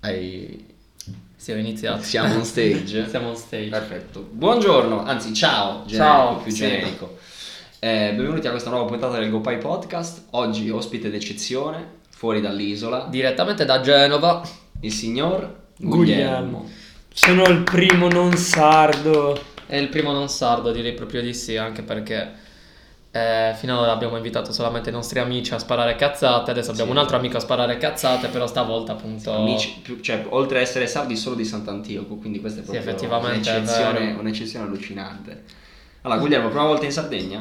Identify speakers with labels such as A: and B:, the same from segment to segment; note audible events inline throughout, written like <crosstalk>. A: Hai...
B: Siamo iniziati.
A: Siamo on
B: <laughs>
A: stage.
B: Siamo on stage.
A: Perfetto. Buongiorno, anzi ciao, generico,
B: Ciao,
A: più
B: sì.
A: generico. Eh, benvenuti a questa nuova puntata del GoPie Podcast. Oggi ospite d'eccezione, fuori dall'isola,
B: Direttamente da Genova.
A: il signor Guglielmo.
C: Guglielmo. Sono il primo non sardo.
B: È il primo non sardo, direi proprio di sì, anche perché eh, fino ad ora abbiamo invitato solamente i nostri amici a sparare cazzate. Adesso abbiamo
A: Sì.
B: un altro amico a sparare cazzate, però stavolta appunto...
A: Amici, più- cioè, oltre a essere sardi, solo di Sant'Antioco, quindi questa è
B: Sì,
A: proprio
B: effettivamente, è
A: un'eccezione,
B: vero.
A: un'eccezione allucinante. Allora, Guglielmo, prima volta in Sardegna?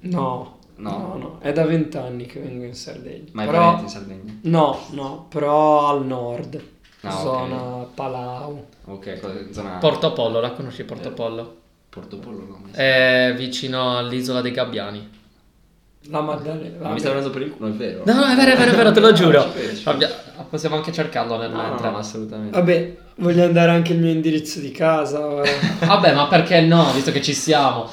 C: No.
A: No.
C: No, no. È da vent'anni che vengo in Sardegna.
A: Ma è
C: però...
A: veramente in Sardegna?
C: No, no. Però al nord.
A: Ah, ok.
C: zona Palau.
A: Ok, cosa- zona...
B: Portopollo, la conosci Portopollo?
A: Portopollo, no?
B: Eh.
A: mi sa.
B: È vicino all'isola dei Gabbiani.
C: La Maddalena.
A: Ma Ah, mi stai prendendo per il culo, è vero?
B: No, no, è vero, è vero, è vero, te lo giuro.
A: ci Ah. penso.
B: Abbia- Possiamo anche cercarlo nel
A: No, no,
B: mentre.
A: no, assolutamente.
C: Vabbè, voglio andare anche il mio indirizzo di
A: <laughs>
C: casa. ora.
B: Vabbè, ma perché no, visto che ci siamo?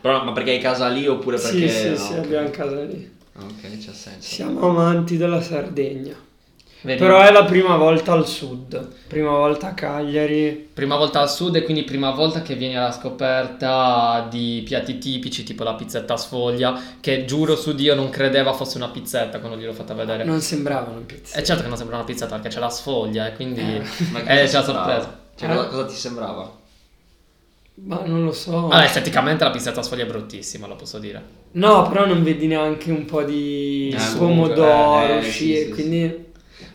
A: Però, ma perché hai casa lì oppure
C: sì,
A: perché...
C: sì,
A: no,
C: sì,
A: ok.
C: abbiamo casa lì.
A: Ok, c'ha senso.
C: Siamo amanti della Sardegna.
B: Vedi?
C: Però è la prima volta al sud. Prima volta a Cagliari.
B: Prima volta al sud e quindi prima volta che vieni alla scoperta di piatti tipici tipo la pizzetta a sfoglia che giuro su Dio non credeva fosse una pizzetta quando gliel'ho fatta
A: Eh.
B: vedere.
C: Non sembravano pizze.
B: E certo che non sembra una pizzetta perché c'è la sfoglia e quindi...
A: Ma
B: Eh, c'è
A: cosa ti
B: la
A: sembrava?
B: sorpresa.
A: Cioè,
C: Eh?
A: cosa, cosa ti sembrava?
C: Ma non lo so.
B: Vabbè, esteticamente la pizzetta a sfoglia è bruttissima, lo posso dire.
C: No, però non vedi neanche un po' di
A: Eh, comunque,
C: pomodoro,
A: eh, eh,
C: sci-
A: sì, sì,
C: quindi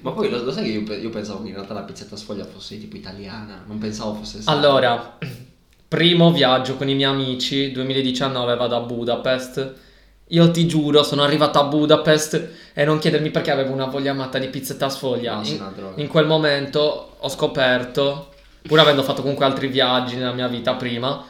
A: Ma poi lo, lo sai che io, pe- io pensavo che in realtà la pizzetta a sfoglia fosse tipo italiana, non pensavo fosse... sarda.
B: Allora, primo viaggio con i miei amici, 2019 vado a Budapest. Io ti giuro, sono arrivato a Budapest e non chiedermi perché avevo una voglia matta di pizzetta a sfoglia.
A: No,
B: In-
A: sì, una droga.
B: In quel momento ho scoperto, pur avendo fatto comunque altri viaggi nella mia vita prima,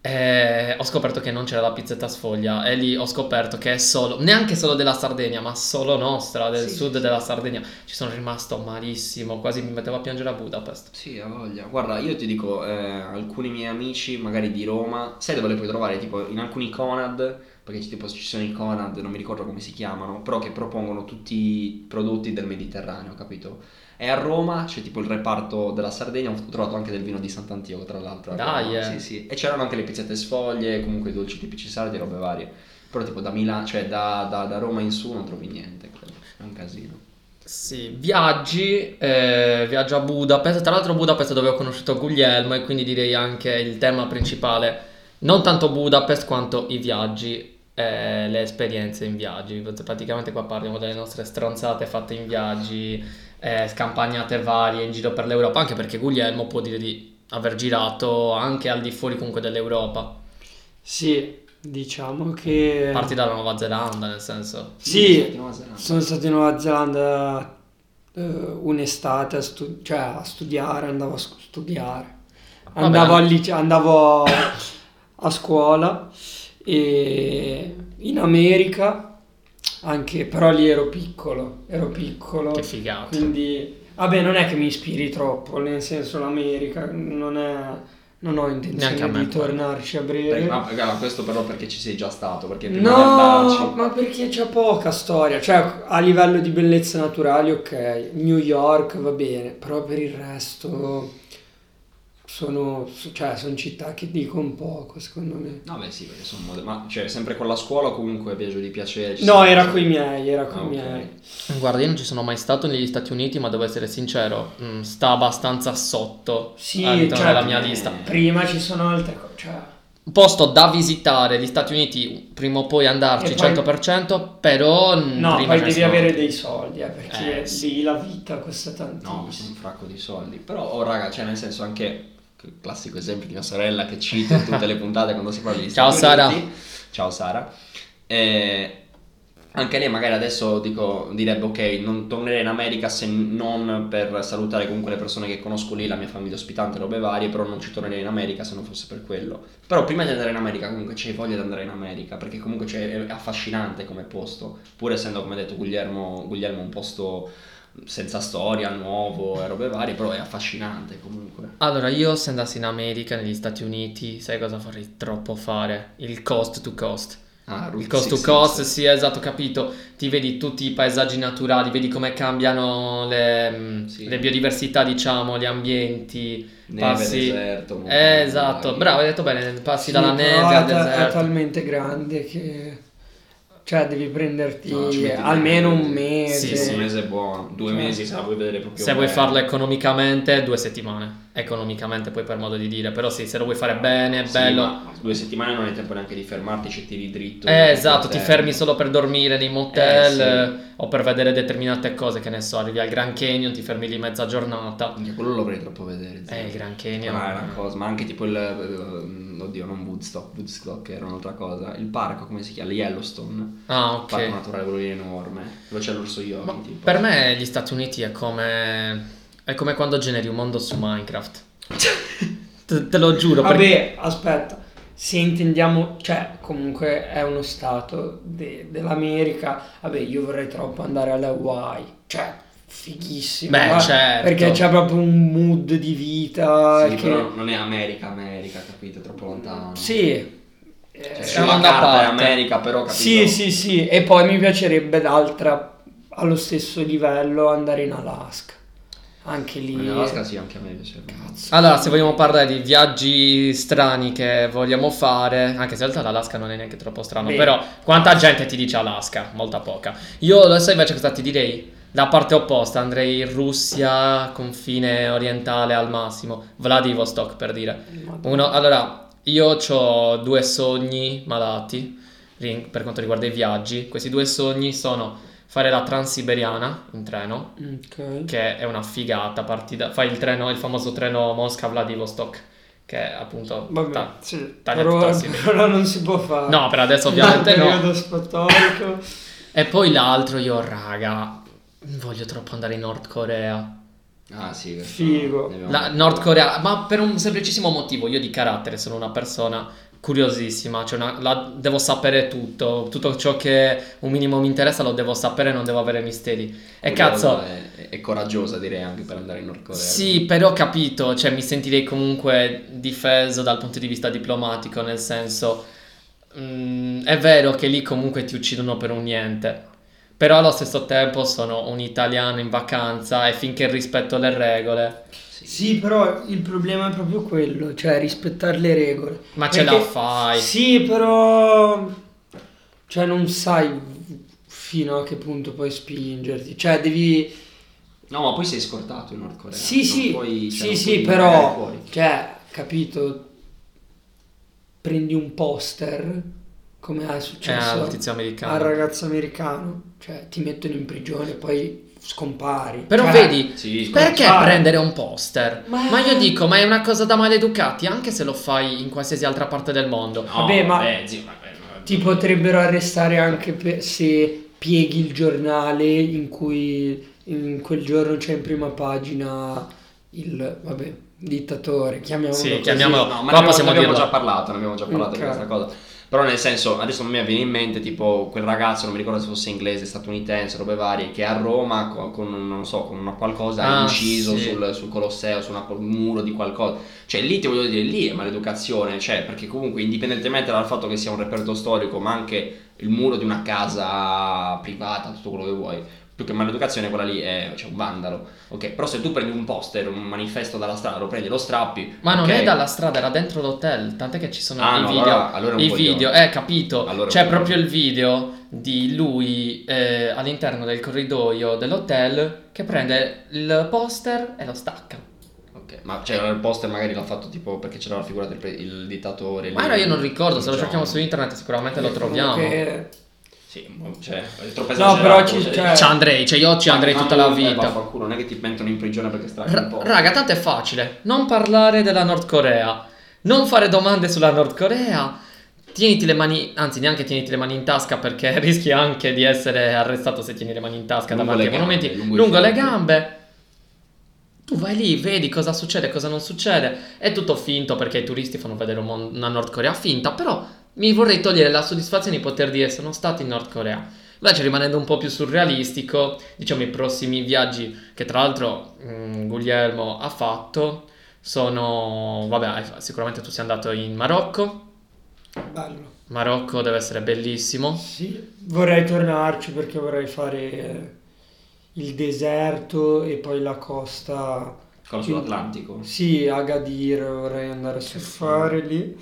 B: eh, ho scoperto che non c'era la pizzetta a sfoglia e lì ho scoperto che è solo, neanche solo della Sardegna, ma solo nostra, del
A: Sì,
B: sud
A: sì,
B: della Sardegna. Ci sono rimasto malissimo, quasi mi mettevo a piangere a Budapest.
A: Sì, ha voglia. Guarda, io ti dico, eh, alcuni miei amici, magari di Roma, sai dove le puoi trovare? Tipo in alcuni Conad, perché ci- tipo, ci sono i Conad, non mi ricordo come si chiamano, però che propongono tutti i prodotti del Mediterraneo, capito? E a Roma c'è tipo il reparto della Sardegna, ho trovato anche del vino di Sant'Antioco, tra l'altro. a
B: Dai,
A: Roma.
B: eh.
A: Sì, sì. E c'erano anche le pizzette sfoglie, comunque i dolci tipici sardi, robe varie. Però tipo da Milano, cioè da, da- da Roma in su non trovi niente, quello. è un casino.
B: Sì, viaggi, eh, viaggio a Budapest, tra l'altro Budapest è dove ho conosciuto Guglielmo e quindi direi anche il tema principale, non tanto Budapest quanto i viaggi, eh, le esperienze in viaggi, praticamente qua parliamo delle nostre stronzate fatte in viaggi, eh, scampagnate varie in giro per l'Europa, anche perché Guglielmo può dire di aver girato anche al di fuori comunque dell'Europa,
C: sì, diciamo che
B: a partire dalla Nuova Zelanda nel senso.
C: sì,
A: Nuova Zelanda.
C: sono stato in Nuova Zelanda eh, un'estate a, stu- cioè, a studiare, andavo a scu- studiare.
B: Vabbè,
C: Andavo,
B: ma-
C: al lice- andavo a scuola e in America anche, però lì ero piccolo, ero piccolo.
B: Che figata.
C: Quindi, vabbè, non è che mi ispiri troppo, nel senso l'America non è... Non ho
B: Neanche a
C: intenzione
B: me,
C: di
B: poi.
C: tornarci a breve.
A: Perché- ma guarda, questo però perché ci sei già stato, perché prima di
C: Eh. No,
A: andarci...
C: ma perché c'è poca storia, cioè a livello di bellezze naturali ok, New York va bene, però per il resto sono, cioè, sono città che dicono poco secondo me.
A: No, beh sì, perché sono mode- ma cioè sempre con la scuola o comunque viaggio di piacere? ci
C: No,
A: sei-
C: era coi miei, era coi
A: Ah, ok.
C: miei.
B: Guarda, io non ci sono mai stato negli Stati Uniti, ma devo essere sincero, mm, sta abbastanza sotto
C: Sì,
B: all'interno
C: cioè,
B: della mia
A: eh.
B: lista.
C: Prima ci sono altre cose, cioè...
B: Un Posto da visitare, gli Stati Uniti, prima o poi andarci
C: E poi-
B: 100%, però... mm, prima
C: No, poi
B: ce ne
C: devi
B: sono
C: avere
B: altri.
C: dei soldi, eh, perché
B: Eh,
C: sì, la vita costa
A: No, mi
C: tantissimo.
A: sono un fracco di soldi. Però, oh raga, cioè nel senso anche il classico esempio di mia sorella che cito in tutte
C: <laughs>
A: le puntate quando si parla di
B: Ciao, Sara.
A: Ciao Sara. Eh, anche lei magari adesso dico, direbbe ok, non tornerei in America se non per salutare comunque le persone che conosco lì, la mia famiglia ospitante, robe varie, però non ci tornerei in America se non fosse per quello. Però prima di andare in America comunque c'hai voglia di andare in America, perché comunque c'è- è affascinante come posto, pur essendo come ha detto Guglielmo, Guglielmo un posto senza storia, nuovo e robe varie, però è affascinante comunque.
B: Allora, io se andassi in America, negli Stati Uniti, sai cosa vorrei troppo fare? Il cost to cost.
A: Ah,
B: Il
A: Route
B: cost to
A: 66.
B: cost, sì, esatto, capito. Ti vedi tutti i paesaggi naturali, vedi come cambiano le, mh,
A: Sì.
B: le biodiversità, diciamo, gli ambienti.
A: Neve,
B: passi-
A: deserto,
B: Eh,
A: montagne,
B: esatto,
A: laghi.
B: bravo, hai detto bene, passi dalla
C: Sì,
B: neve
C: però
B: al
C: è ta- è
B: deserto.
C: talmente grande che cioè devi prenderti
A: No, ci metti Certo.
C: almeno
A: bene.
C: un mese.
B: Sì.
A: Sì, sì, un mese è buono. Due
C: Cioè,
A: mesi se la vuoi vedere proprio
B: Se vuoi
A: bene.
B: farlo economicamente, due settimane. Economicamente, poi per modo di dire, però sì, se lo vuoi fare bene, è
A: Sì,
B: bello.
A: ma due settimane non hai tempo neanche di fermarti, ci tiri dritto.
B: Eh, esatto, ti
A: Eh,
B: fermi solo per dormire nei motel
A: Eh,
B: eh, o per vedere determinate cose, che ne so, arrivi al Grand Canyon, ti fermi lì mezza giornata.
A: Anche quello lo vorrei troppo vedere. zio.
B: Eh, il Grand Canyon.
A: Ma è una cosa, ma anche tipo il. eh, Oddio, non Woodstock, Woodstock era un'altra cosa. Il parco, come si chiama? Yellowstone.
B: Ah,
A: Il parco
B: ok.
A: naturale, quello lì enorme. Dove c'è l'orso Yogi.
B: Ma
A: tipo.
B: per me gli Stati Uniti è come è come quando generi un mondo su
A: <laughs>
B: Minecraft. Te, te lo giuro, perché
C: Vabbè, aspetta, se intendiamo, cioè comunque è uno stato de- dell'America, vabbè io vorrei troppo andare alle Hawaii, cioè fighissimo,
B: Beh,
C: ma-
B: certo.
C: perché c'è proprio un mood di vita
A: Sì,
C: che...
A: però non è America, America, capito? È troppo lontano.
C: Sì,
A: Cioè,
C: Eh,
A: sulla
B: siamo da
A: carta è
B: parte.
A: America, però, capito?
C: sì, sì, sì, e poi mi piacerebbe d'altra, allo stesso livello, andare in Alaska, anche lì...
A: Ma in Alaska sì, anche a me piacerebbe.
C: Cazzo.
B: allora, se vogliamo parlare di viaggi strani che vogliamo fare, anche se in realtà l'Alaska non è neanche troppo strano,
C: Beh.
B: però quanta gente ti dice Alaska? Molta poca. Io adesso invece cosa ti direi? La parte opposta, andrei in Russia, confine orientale al massimo, Vladivostok per dire. Uno, allora, io ho due sogni malati rin- per quanto riguarda i viaggi. Questi due sogni sono fare la Transiberiana in treno,
C: Ok.
B: che è una figata partita. Fai il treno, il famoso treno Mosca-Vladivostok, che è appunto...
C: Vabbè,
B: ta-
C: sì,
B: taglia
C: però,
B: tutta la Siberia.
C: però non si può fare.
B: No, per adesso ovviamente
C: Dal
B: no.
C: periodo storico.
B: E poi l'altro io, raga, voglio troppo andare in Nord Corea.
A: Ah, sì. questo
C: Figo.
A: ne abbiamo
B: La
A: detto.
B: Nord Corea, ma per un semplicissimo motivo, io di carattere sono una persona curiosissima, cioè una- la- devo sapere tutto, tutto ciò che un minimo mi interessa lo devo sapere, non devo avere misteri. E
A: Curiosa
B: eh, cazzo,
A: e- e e coraggiosa direi anche per andare in Nord Corea.
B: sì, però ho capito, cioè mi sentirei comunque difeso dal punto di vista diplomatico, nel senso mm, è vero che lì comunque ti uccidono per un niente. Però allo stesso tempo sono un italiano in vacanza e finché rispetto le regole,
C: Sì, però il problema è proprio quello, cioè rispettare le regole.
B: ma ce la
C: Perché-
B: fai.
C: Sì, però cioè non sai fino a che punto puoi spingerti, cioè devi
A: No, ma poi sei scortato in Nord Corea.
C: Sì,
A: non
C: sì.
A: puoi- cioè,
C: sì,
A: non
C: sì,
A: puoi andare
C: però
A: fuori.
C: cioè, capito prendi un poster come è
B: Cioè, al
C: successo
B: tizio americano.
C: al ragazzo americano, cioè ti mettono in prigione, poi scompari.
B: Però
C: Cioè,
B: vedi,
A: Sì,
B: perché
C: scompare.
B: prendere un poster?
C: Ma-
B: Ma... io dico, ma è una cosa da maleducati, anche se lo fai in qualsiasi altra parte del mondo.
A: No,
C: Vabbè, ma-
A: vabbè, zio, vabbè, no.
C: Ti potrebbero arrestare anche per- se pieghi il giornale in cui in quel giorno c'è in prima pagina il vabbè, dittatore, chiamiamolo
B: Sì,
C: così.
B: chiamiamolo-
A: No, ma
B: Cioè, Qua
A: ne abbiamo,
B: possiamo Mm,
A: ne abbiamo
B: dirlo.
A: già parlato, ne abbiamo già parlato
C: Ok.
A: di questa cosa. Però nel senso, adesso non mi viene in mente tipo quel ragazzo, non mi ricordo se fosse inglese, statunitense, robe varie, che a Roma co- con, un- non so, con una qualcosa ha
B: Ah,
A: inciso
B: sì.
A: sul, sul Colosseo, su una- un muro di qualcosa. Cioè lì ti voglio dire, lì è maleducazione, cioè perché comunque indipendentemente dal fatto che sia un reperto storico, ma anche il muro di una casa privata, tutto quello che vuoi. Più che maleducazione quella lì è cioè, un vandalo. Ok, però se tu prendi un poster, un manifesto dalla strada, lo prendi, lo strappi.
B: Ma non
A: ok,
B: è dalla strada, era dentro l'hotel, tant'è che ci sono
A: Ah,
B: i
A: no,
B: video.
A: allora- allora è un
B: I
A: coglione.
B: video, eh, capito.
A: Allora è un
B: C'è
A: coglione.
B: proprio il video di lui eh, all'interno del corridoio dell'hotel che prende il poster e lo stacca.
A: Ok, ma c'era il poster magari l'ha fatto tipo perché c'era la figura del pre- il dittatore. lì.
B: Ma ora io non ricordo, se lo
A: Diciamo.
B: cerchiamo su internet sicuramente lo troviamo.
C: Comunque-
A: Sì, mo- cioè, è troppo
C: No,
A: esagerato.
C: però ci- cioè-
B: Ci andrei, cioè io ci andrei
A: Ma-
B: tutta
A: ma-
B: la
A: eh,
B: vita.
A: vaffanculo, non è che ti mettono in prigione perché strappi
B: Ra-
A: un po'.
B: raga, tanto è facile. Non parlare della Nord Corea. Non fare domande sulla Nord Corea. Tieniti le mani, anzi, neanche tieniti le mani in tasca perché <laughs> rischi anche di essere arrestato se tieni le mani in tasca
A: Lungo
B: davanti ai
A: le gambe,
B: monumenti.
A: lungo
B: Lungo,
A: i
B: le
A: fianchi.
B: gambe. Tu vai lì, vedi cosa succede, cosa non succede. È tutto finto perché i turisti fanno vedere un mon- una Nord Corea finta, però mi vorrei togliere la soddisfazione di poter dire sono stato in Nord Corea. Invece, rimanendo un po' più surrealistico, diciamo i prossimi viaggi che tra l'altro mh, Guglielmo ha fatto sono, vabbè, hai- sicuramente tu sei andato in Marocco,
C: Bello.
B: Marocco deve essere bellissimo.
C: Sì, vorrei tornarci perché vorrei fare eh, il deserto e poi la costa.
A: Quello sull'Atlantico.
C: Sì, Agadir vorrei andare a surfare lì.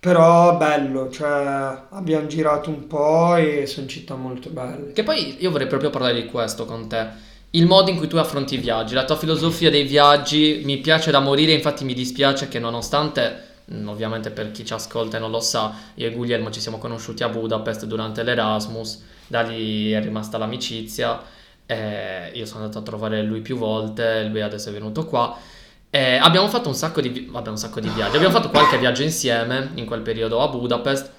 C: Però bello, cioè abbiamo girato un po' e sono città molto belle.
B: Che poi io vorrei proprio parlare di questo con te. Il modo in cui tu affronti i viaggi, la tua filosofia dei viaggi mi piace da morire, infatti mi dispiace che nonostante, mm, ovviamente per chi ci ascolta e non lo sa, io e Guglielmo ci siamo conosciuti a Budapest durante l'Erasmus, da lì è rimasta l'amicizia, eh, io sono andato a trovare lui più volte, lui adesso è venuto qua. Eh, abbiamo fatto un sacco di, vi- vabbè, un sacco di viaggi, abbiamo fatto qualche viaggio insieme in quel periodo a Budapest,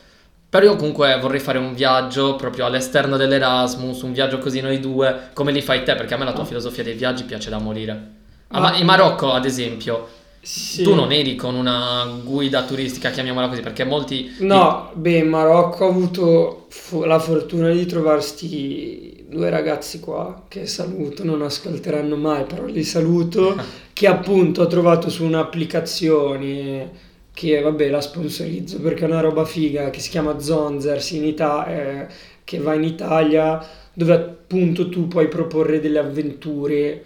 B: però io comunque vorrei fare un viaggio proprio all'esterno dell'Erasmus, un viaggio così noi due, come li fai te, perché a me la tua filosofia dei viaggi piace da morire. Ah, ma in Marocco, ad esempio,
C: Sì.
B: tu non eri con una guida turistica, chiamiamola così, perché molti...
C: No, beh, in Marocco ho avuto fo- la fortuna di trovarsti due ragazzi qua che saluto, non ascolteranno mai, però li
B: <laughs>
C: saluto, che appunto ho trovato su un'applicazione che vabbè la sponsorizzo perché è una roba figa che si chiama Zonzers in Ita- eh, che va in Italia dove appunto tu puoi proporre delle avventure,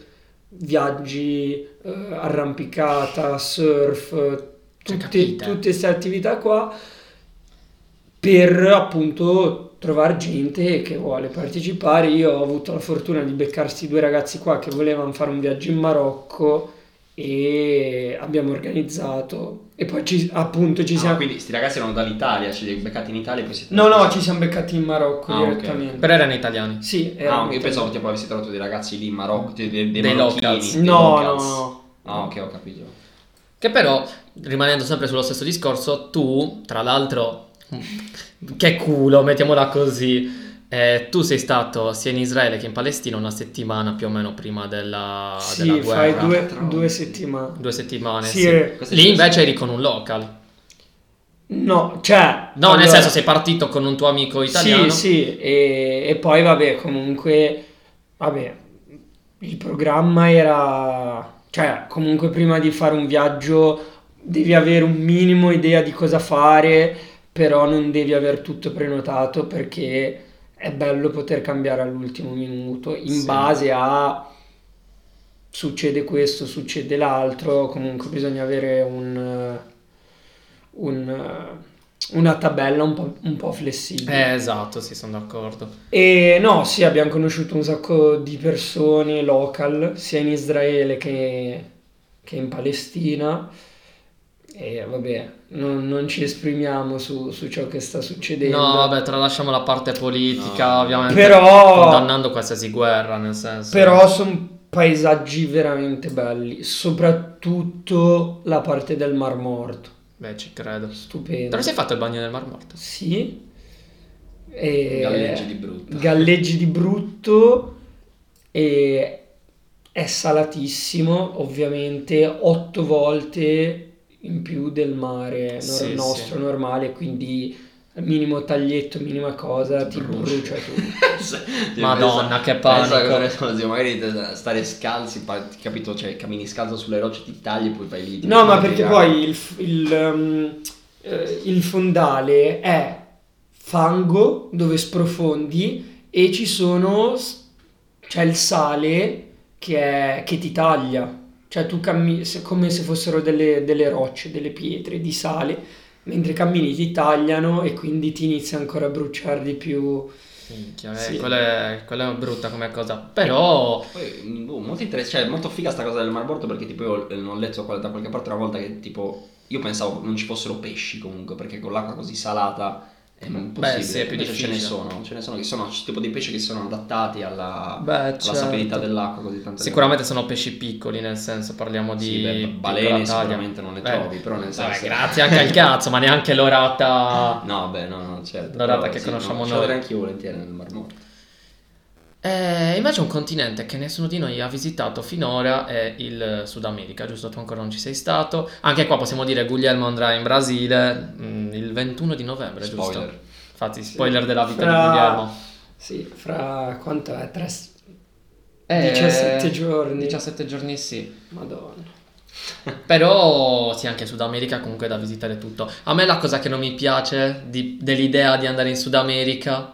C: viaggi, eh, arrampicata, surf,
B: Cioè,
C: tutte,
B: capite?
C: tutte queste attività qua per appunto trovare gente che vuole partecipare. Io ho avuto la fortuna di beccarsi due ragazzi qua che volevano fare un viaggio in Marocco e abbiamo organizzato e poi ci, appunto ci
A: Ah,
C: siamo
A: quindi sti ragazzi erano dall'Italia, cioè li hai beccati in Italia e poi siete...
C: no no ci siamo beccati in Marocco
A: Ah, ok.
C: direttamente
B: Però erano italiani.
C: sì
A: Ah,
C: eravamo
A: ok, io
C: italiani.
A: pensavo tipo avessi trovato dei ragazzi lì in Marocco, dei, dei, dei
B: Dei
A: marocchini,
B: locals.
A: dei
C: no no
A: locals.
C: no
A: Ah, ok, ho capito.
B: Che però, rimanendo sempre sullo stesso discorso, tu, tra l'altro,
C: Mm.
B: che culo, mettiamola così, eh, tu sei stato sia in Israele che in Palestina una settimana più o meno prima della, della
C: sì fai
B: guerra.
C: due,
A: Quattro-
C: due settimane
B: Due settimane,
C: sì,
B: sì.
C: eh,
A: Questo è
B: Lì
A: giusto.
B: invece eri con un local.
C: no cioè
B: No, nel
C: allora-
B: senso sei partito con un tuo amico italiano.
C: Sì, sì, e, e poi vabbè, comunque, vabbè, il programma era, cioè, comunque prima di fare un viaggio devi avere un minimo idea di cosa fare, però non devi aver tutto prenotato perché è bello poter cambiare all'ultimo minuto in
B: Sì.
C: base a succede questo, succede l'altro, comunque bisogna avere un, un- una tabella un po', un po' flessibile.
B: Eh, esatto, sì, sono d'accordo.
C: E no, sì, abbiamo conosciuto un sacco di persone local, sia in Israele che, che in Palestina. E vabbè, non, non ci esprimiamo su, su ciò che sta succedendo.
B: No, vabbè, tralasciamo la parte politica,
A: No.
B: ovviamente.
C: Però-
B: Condannando qualsiasi guerra, nel senso.
C: Però sono paesaggi veramente belli, soprattutto la parte del Mar Morto.
B: Beh, ci credo. Te
C: Stupendo.
B: lo sei fatto il bagno nel Mar Morto?
C: Sì. E...
A: Galleggi di brutto.
C: galleggi di brutto e è salatissimo, ovviamente 8 volte in più del mare nor-
B: Sì,
C: nostro normale, quindi minimo taglietto, minima cosa, ti
A: Brucia.
C: brucia tutto.
A: <laughs>
B: Madonna, che panico.
A: Pensa cosa ne so, zio, magari te- stare scalzi, pa- capito? Cioè, cammini scalzo sulle rocce, ti tagli e poi vai lì. ti
C: No, ma
A: metti
C: perché
A: a
C: poi il, f- il, ehm, eh, il fondale è fango dove sprofondi e ci sono, s- c'è il sale che, è- che ti taglia, cioè tu cammini se- come se fossero delle, delle rocce, delle pietre di sale, mentre cammini ti tagliano e quindi ti inizia ancora a bruciare di più.
B: Minchia, eh,
C: Sì.
B: quella, è, quella è brutta come cosa. Però,
A: Poi, mh, boh, molto interessante, cioè, molto figa sta cosa del marborto perché tipo io eh, l'ho letto qual- da qualche parte una volta che tipo io pensavo non ci fossero pesci comunque perché con l'acqua così salata è impossibile.
B: Beh, sì, è più
A: Invece ce ne
B: difficile.
A: sono, ce ne sono che sono c- tipo dei pesci che sono adattati alla,
B: Beh,
A: alla
B: certo.
A: sapidità dell'acqua così tante
B: sicuramente sono pesci piccoli, nel senso, parliamo di.
A: Sì, beh,
B: piccola
A: balene
B: taglia.
A: sicuramente non le
B: Beh,
A: trovi, però nel
B: vabbè,
A: senso-
B: grazie anche al cazzo, ma neanche l'orata.
A: No, beh, no, no, certo.
B: Dorata
A: però
B: che conosciamo
A: no, ci
B: noi.
A: andrei anche io volentieri nel marmorto.
B: <laughs> Eh, invece, un continente che nessuno di noi ha visitato finora è il Sud America, giusto? Tu ancora non ci sei stato. Anche qua possiamo dire Guglielmo andrà in Brasile mm, il 21 di novembre, giusto?
A: Spoiler.
B: Infatti, spoiler della vita di
C: Fra-
B: Guglielmo.
C: Sì, fra quanto è? Tre, s-
B: Eh,
C: 17 giorni.
B: 17 giorni, sì.
C: Madonna.
B: Però sì, anche Sud America comunque è da visitare tutto. A me la cosa che non mi piace di- dell'idea di andare in Sud America,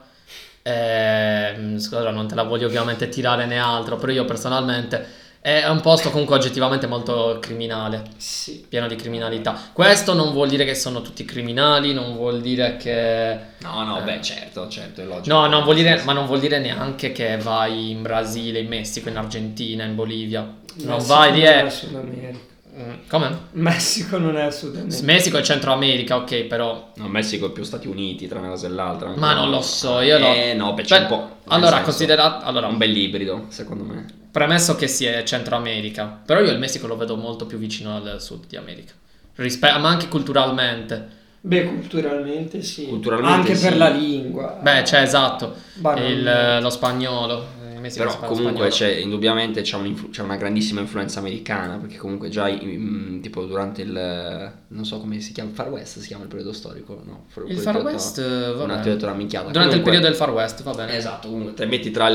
B: ehm, scusa, non te la voglio ovviamente tirare né altro, però io personalmente è un posto comunque oggettivamente molto criminale,
C: Sì.
B: pieno di criminalità. Questo non vuol dire che sono tutti criminali, non vuol dire che...
A: No, no,
B: Eh.
A: beh, certo, certo, è logico.
B: No, non vuol dire,
A: Sì,
B: ma non vuol dire neanche che vai in Brasile, in Messico, in Argentina, in Bolivia. Non
C: Messico
B: vai lì
C: non è
B: e...
C: il Sud America.
B: Mm, Come?
C: Messico non è il Sud America.
B: Messico e Centro America, ok, però.
A: No, Messico è più Stati Uniti tra una cosa e l'altra.
B: Ma non lo so, io no.
A: Eh, no, beh, c'è
B: Beh,
A: un po'.
B: Allora,
A: consideriamo
B: considerato. Allora,
A: un bel ibrido, secondo me.
B: premesso che sia Centro America, però io il Messico lo vedo molto più vicino al sud di America. Rispe- ma anche culturalmente.
C: Beh, culturalmente sì.
A: Culturalmente
C: Anche
A: sì.
C: per la lingua.
B: Beh, cioè, esatto. il, eh,
C: Banalmente.
B: lo spagnolo. eh, Il Messico
A: Però
B: parla
A: comunque
B: spagnolo.
A: c'è, indubbiamente c'è, un'influ- c'è una grandissima influenza americana, perché comunque già mm, tipo durante il... non so come si chiama, il Far West si chiama il periodo storico, no? for-
B: Il
A: quello
B: Far
A: che ho detto-
B: West, eh,
A: un
B: vabbè.
A: attimo ho detto una minchiata.
B: Durante il
A: Comunque-
B: periodo del Far West, va bene.
A: Esatto, comunque te metti tra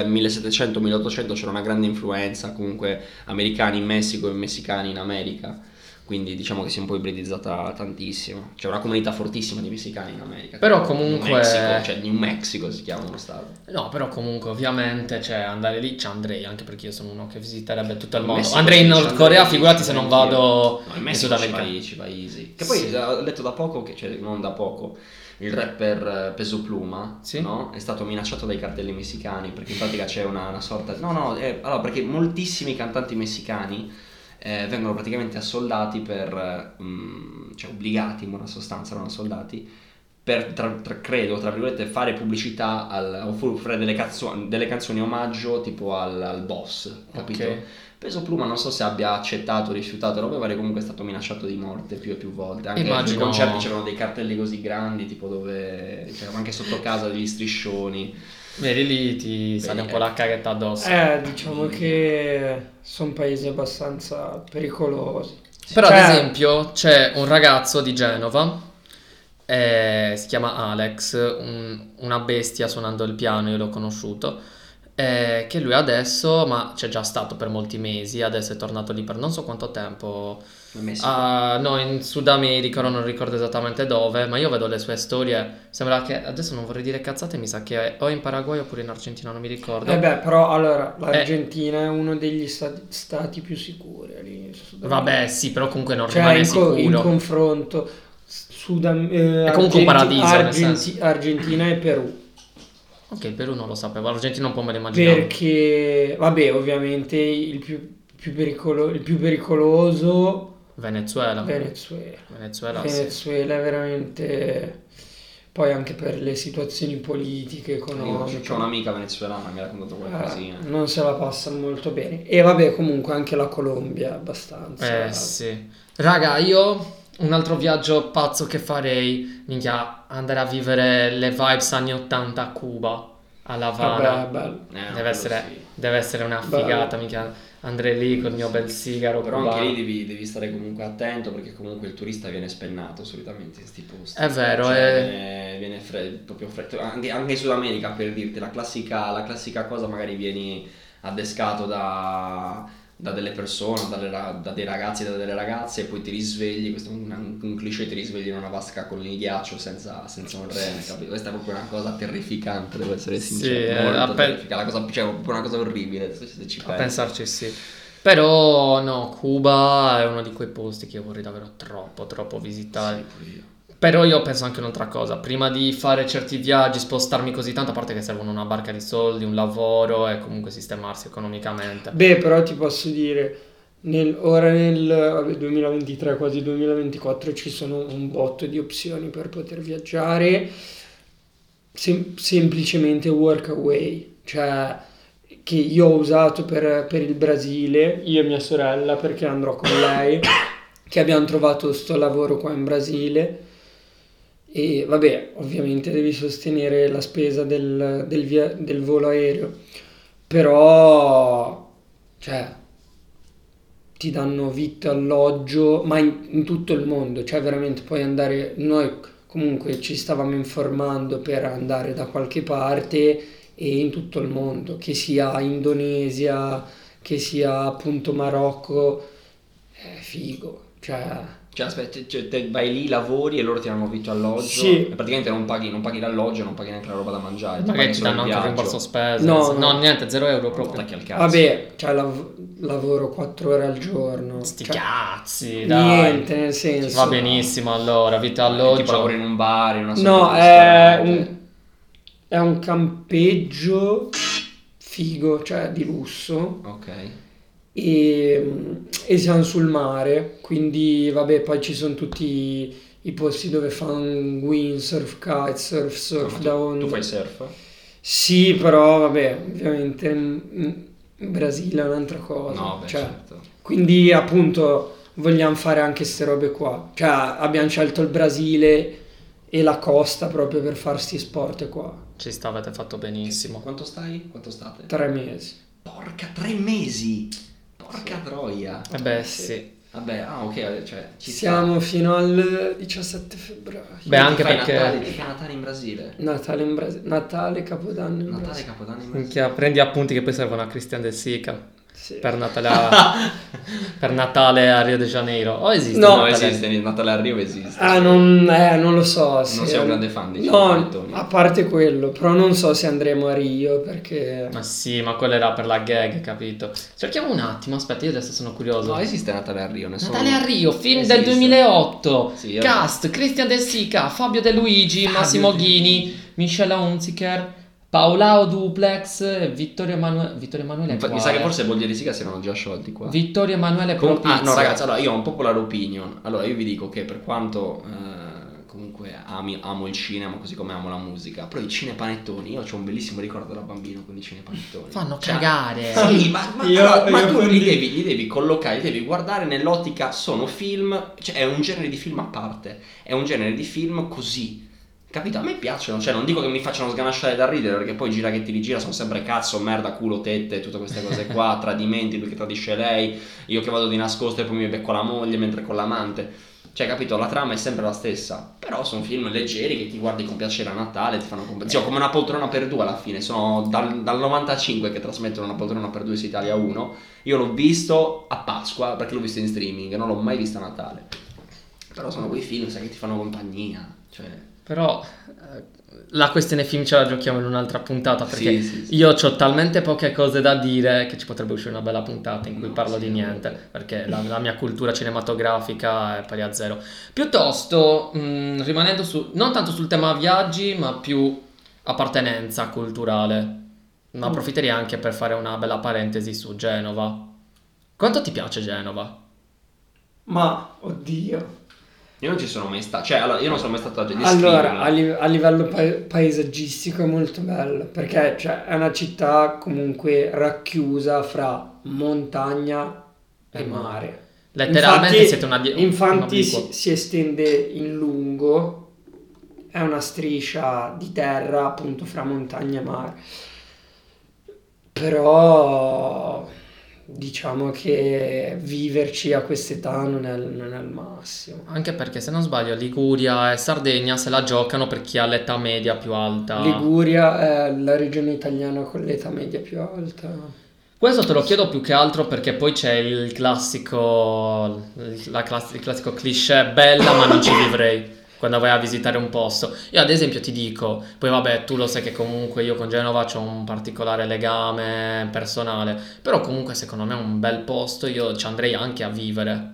A: il 1700 e il 1800 c'era una grande influenza comunque americani in Messico e messicani in America, quindi diciamo che si è un po' ibridizzata tantissimo. C'è una comunità fortissima di messicani in America.
B: Però comunque-
A: New Mexico, cioè New Mexico si chiama uno stato.
B: No, però comunque, ovviamente, cioè, andare lì c'è Andrei, anche perché io sono uno che visiterebbe tutto il
A: Il
B: mondo.
A: Messico
B: Andrei in
A: ci
B: Nord
A: andrei,
B: Corea,
A: ci
B: figurati se non
A: andrei anch'io.
B: vado
A: No, il
B: in
A: Messico
B: Sud
A: ci
B: America.
A: va easy, ci va easy. Che poi
B: Sì.
A: ho letto da poco, che, cioè non da poco, il rapper eh, Peso Pluma
B: Sì.
A: no? è stato minacciato dai cartelli messicani perché in pratica c'è una, una sorta... No, no, eh, allora perché moltissimi cantanti messicani eh, vengono praticamente assoldati per... eh, mh, cioè obbligati in buona sostanza, non assoldati. Per, tra- tra- credo, tra virgolette, fare pubblicità al, oppure fare delle, cazzo- delle canzoni omaggio tipo al, al boss, capito?
B: Ok.
A: Peso Pluma non so se abbia accettato, rifiutato, roba varie, comunque è stato minacciato di morte più e più volte. Anche nei
B: Immagino-
A: concerti c'erano dei cartelli così grandi, tipo dove c'erano anche sotto casa degli striscioni.
B: Vedi lì ti sale un po' la caghetta addosso.
C: Eh, diciamo che sono paesi abbastanza pericolosi.
B: Però
C: Cioè-
B: ad esempio c'è un ragazzo di Genova, eh, si chiama Alex, un- una bestia suonando il piano, io l'ho conosciuto, eh, che lui adesso, ma c'è già stato per molti mesi, adesso è tornato lì per non so quanto tempo,
A: L'ho messo.
B: Ah, no, in Sud America, ora non ricordo esattamente dove, ma io vedo le sue storie, sembra che, adesso non vorrei dire cazzate, mi sa che è o in Paraguay oppure in Argentina, non mi ricordo.
C: Eh beh, però allora
B: Eh.
C: l'Argentina è uno degli stati, stati più sicuri lì in Sud America.
B: Vabbè sì, però comunque non
C: cioè
B: rimane
C: in, co- in
B: sicuro.
C: confronto Sud Am- eh,
B: È comunque un
C: Argenti-
B: paradiso, nel
C: Argenti-
B: senso.
C: Argentina e Perù
B: Ok, il Perù non lo sapeva, l'Argentina un po' me lo immaginavo.
C: perché vabbè, ovviamente il più, più pericolo- il più pericoloso
B: Venezuela.
C: Venezuela.
B: Venezuela, Ah, sì.
C: Venezuela Eh, è veramente poi anche per le situazioni politiche,
A: Io
C: economiche.
A: C'ho un'amica venezuelana, mi ha raccontato
C: Eh,
B: Ah.
A: qualcosina.
C: non se la passa molto bene. E vabbè, comunque anche la Colombia è abbastanza.
B: Eh sì. Raga, io un altro viaggio pazzo che farei, minchia, andare a vivere le vibes anni 80 a Cuba, a La Habana.
C: Vabbè, bello.
A: Eh, no, quello
B: Deve essere,
A: sì.
B: deve essere una
C: Bello.
B: figata, minchia. Andrei lì col mio bel sigaro
A: Però anche
B: cubano.
A: lì devi, devi stare comunque attento perché comunque il turista viene spennato solitamente in questi posti. Cioè,
B: È vero, eh. è-
A: Viene, viene fre- proprio freddo. Anche, anche in Sud America per dirti, la classica, la classica cosa magari vieni addescato da, da delle persone, dalle ra- da dei ragazzi, da delle ragazze e poi ti risvegli, questo è un, un cliché, ti risvegli in una vasca con il ghiaccio senza, senza un rene, capito? Questa è proprio una cosa terrificante, devo essere
B: Sì,
A: sincero.
B: eh, Ah,
A: molto
B: appen-
A: terrificante, la cosa, cioè, proprio una cosa orribile, se ci
B: A
A: pensi.
B: pensarci sì. Però no, Cuba è uno di quei posti che io vorrei davvero troppo, troppo visitare.
A: Sì, pure io.
B: Però io penso anche un'altra cosa, prima di fare certi viaggi, spostarmi così tanto, a parte che servono una barca di soldi, un lavoro e comunque sistemarsi economicamente.
C: Beh, però ti posso dire, nel- ora nel vabbè, 2023, quasi 2024, ci sono un botto di opzioni per poter viaggiare, sem- semplicemente work away, cioè che io ho usato per, per il Brasile, io e mia sorella, perché andrò con <coughs> lei, che abbiamo trovato sto lavoro qua in Brasile. E vabbè, ovviamente devi sostenere la spesa del, del via- del volo aereo, però, cioè, ti danno vitto, alloggio, ma in, in tutto il mondo, cioè veramente puoi andare, noi comunque ci stavamo informando per andare da qualche parte e in tutto il mondo, che sia Indonesia, che sia appunto Marocco, è figo. Cioè,
A: Cioè, aspetta, cioè, te vai lì, lavori e loro ti danno vitto alloggio.
C: Sì.
A: E praticamente non paghi, non paghi l'alloggio, non paghi neanche la roba da mangiare. ti
B: Magari
A: paghi
B: ci
A: solo il
B: danno anche il
A: viaggio.
B: rimborso spese.
C: No,
B: No,
C: no.
B: niente, 0 euro
A: Proprio
B: proprio.
A: attacchi al cazzo.
C: vabbè, cioè, lav- lavoro 4 ore al giorno.
B: Sti
C: Cioè,
B: cazzi, dai.
C: niente, nel senso.
B: Va benissimo allora, vita
A: Tipo
B: alloggio.
A: lavori in un bar, in una sorta
C: No, eh,
A: di
C: è
A: ristorante.
C: un, è un campeggio figo, cioè di lusso.
A: Ok.
C: E, e siamo sul mare, quindi vabbè, poi ci sono tutti i posti dove fanno windsurf,
A: No,
C: kitesurf,
A: ma
C: surf
A: tu-
C: da onda.
A: Tu fai surf?
C: Sì, però vabbè, ovviamente mm, mm, in Brasile è un'altra cosa.
A: No, beh,
C: cioè,
A: certo.
C: Quindi appunto vogliamo fare anche queste robe qua. Cioè abbiamo scelto il Brasile e la costa proprio per fare sti sport qua.
B: Ci sta, avete fatto benissimo.
A: Quanto stai? Quanto state?
C: Tre mesi.
A: Porca, tre mesi! Porca troia!
B: Eh beh, sì.
A: Vabbè, ah ok, cioè ci sta.
C: Siamo fino al 17 febbraio.
B: Beh,
A: Quindi
B: anche
A: ti fai
B: perché-
A: Natale, ti fai Natale in Brasile.
C: Natale in Brasile. Natale, Capodanno in
A: Natale,
C: Brasile.
A: Capodanno in Brasile.
B: Minchia, prendi appunti che poi servono a Christian Del Sica
C: Sì.
B: per Natale
A: <laughs>
B: a, per Natale a Rio de Janeiro. O esiste?
C: No,
B: il Natale?
A: il Natale a Rio esiste.
C: Ah, non, eh, non lo so. se-
A: sei un grande fan di
C: No,
A: Giovanni Toni.
C: a parte quello, però non so se andremo a Rio perché...
B: Ma sì, ma quello era per la gag, capito? Cerchiamo un attimo, aspetta, io adesso sono curioso.
A: No, esiste Natale a Rio, ne so.
B: Natale a Rio, film
A: Esiste.
B: del 2008.
A: Sì, io-
B: Cast, Christian De Sica, Fabio De Luigi,
A: Fabio
B: Massimo
A: De
B: Ghini, Michela Hunziker, Paolao Duplex, e Vittorio Emanuele. Vittorio Emanuele
A: Infa- Mi
B: quale?
A: sa che forse Bollieri Sica si erano già sciolti qua.
B: Vittorio Emanuele
A: Com-
B: Propizio.
A: ah, no, ragazzi, allora io ho un popular opinion. Allora, io vi dico che per quanto eh, comunque ami- amo il cinema, così come amo la musica, però i cinepanettoni, io ho un bellissimo ricordo da bambino con i cinepanettoni.
B: Fanno
A: Cioè,
B: cagare.
A: Sì, ma, ma-
C: Eh, Io-
A: allora, ma
C: io
A: tu li
C: condivido.
A: devi, li devi collocare, li devi guardare nell'ottica, sono film, cioè è un genere di film a parte, è un genere di film così. Capito? A me piacciono, cioè non dico che mi facciano sganasciare da ridere perché poi gira che ti rigira sono sempre cazzo, merda, culo, tette, tutte queste cose qua, <laughs> tradimenti, lui che tradisce lei, io che vado di nascosto e poi mi becco la moglie mentre con l'amante. Cioè, capito, la trama è sempre la stessa, però sono film leggeri che ti guardi con piacere a Natale, ti fanno comp- Zio, come una poltrona per due alla fine, sono dal, dal 95 che trasmettono una poltrona per due su Italia 1, io l'ho visto a Pasqua perché l'ho visto in streaming, non l'ho mai visto a Natale. Però sono quei film, sai, che ti fanno compagnia, cioè...
B: Però eh, la questione film ce la giochiamo in un'altra puntata perché
A: Sì, sì, sì.
B: io ho talmente poche cose da dire che ci potrebbe uscire una bella puntata in cui
A: No,
B: parlo
A: sì,
B: di
A: no.
B: niente perché la, la mia cultura cinematografica è pari a zero. Piuttosto, mh, rimanendo su, non tanto sul tema viaggi, ma più appartenenza culturale. Ma
C: Mm.
B: approfitterei anche per fare una bella parentesi su Genova. Quanto ti piace Genova?
C: Ma, oddio.
A: Io non ci sono mai stato, cioè, allora, io non sono mai stato a
C: Allora,
A: descriverla.
C: a, li- a livello pa- paesaggistico è molto bello, perché cioè, è una città comunque racchiusa fra montagna e
B: Eh, ma-
C: mare.
B: Letteralmente
C: Infatti-
B: siete una... die- un
C: Infatti
B: obliquo.
C: si, si estende in lungo, è una striscia di terra appunto fra montagna e mare. Però diciamo che viverci a quest'età non è, non è il massimo.
B: Anche perché se non sbaglio Liguria e Sardegna se la giocano per chi ha l'età media più alta.
C: Liguria è la regione italiana con l'età media più alta.
B: Questo te lo chiedo più che altro perché poi c'è il classico, la class- il classico cliché bella ma non ci vivrei quando vai a visitare un posto. Io ad esempio ti dico, poi vabbè tu lo sai che comunque io con Genova ho un particolare legame personale, però comunque secondo me è un bel posto, io ci andrei anche a vivere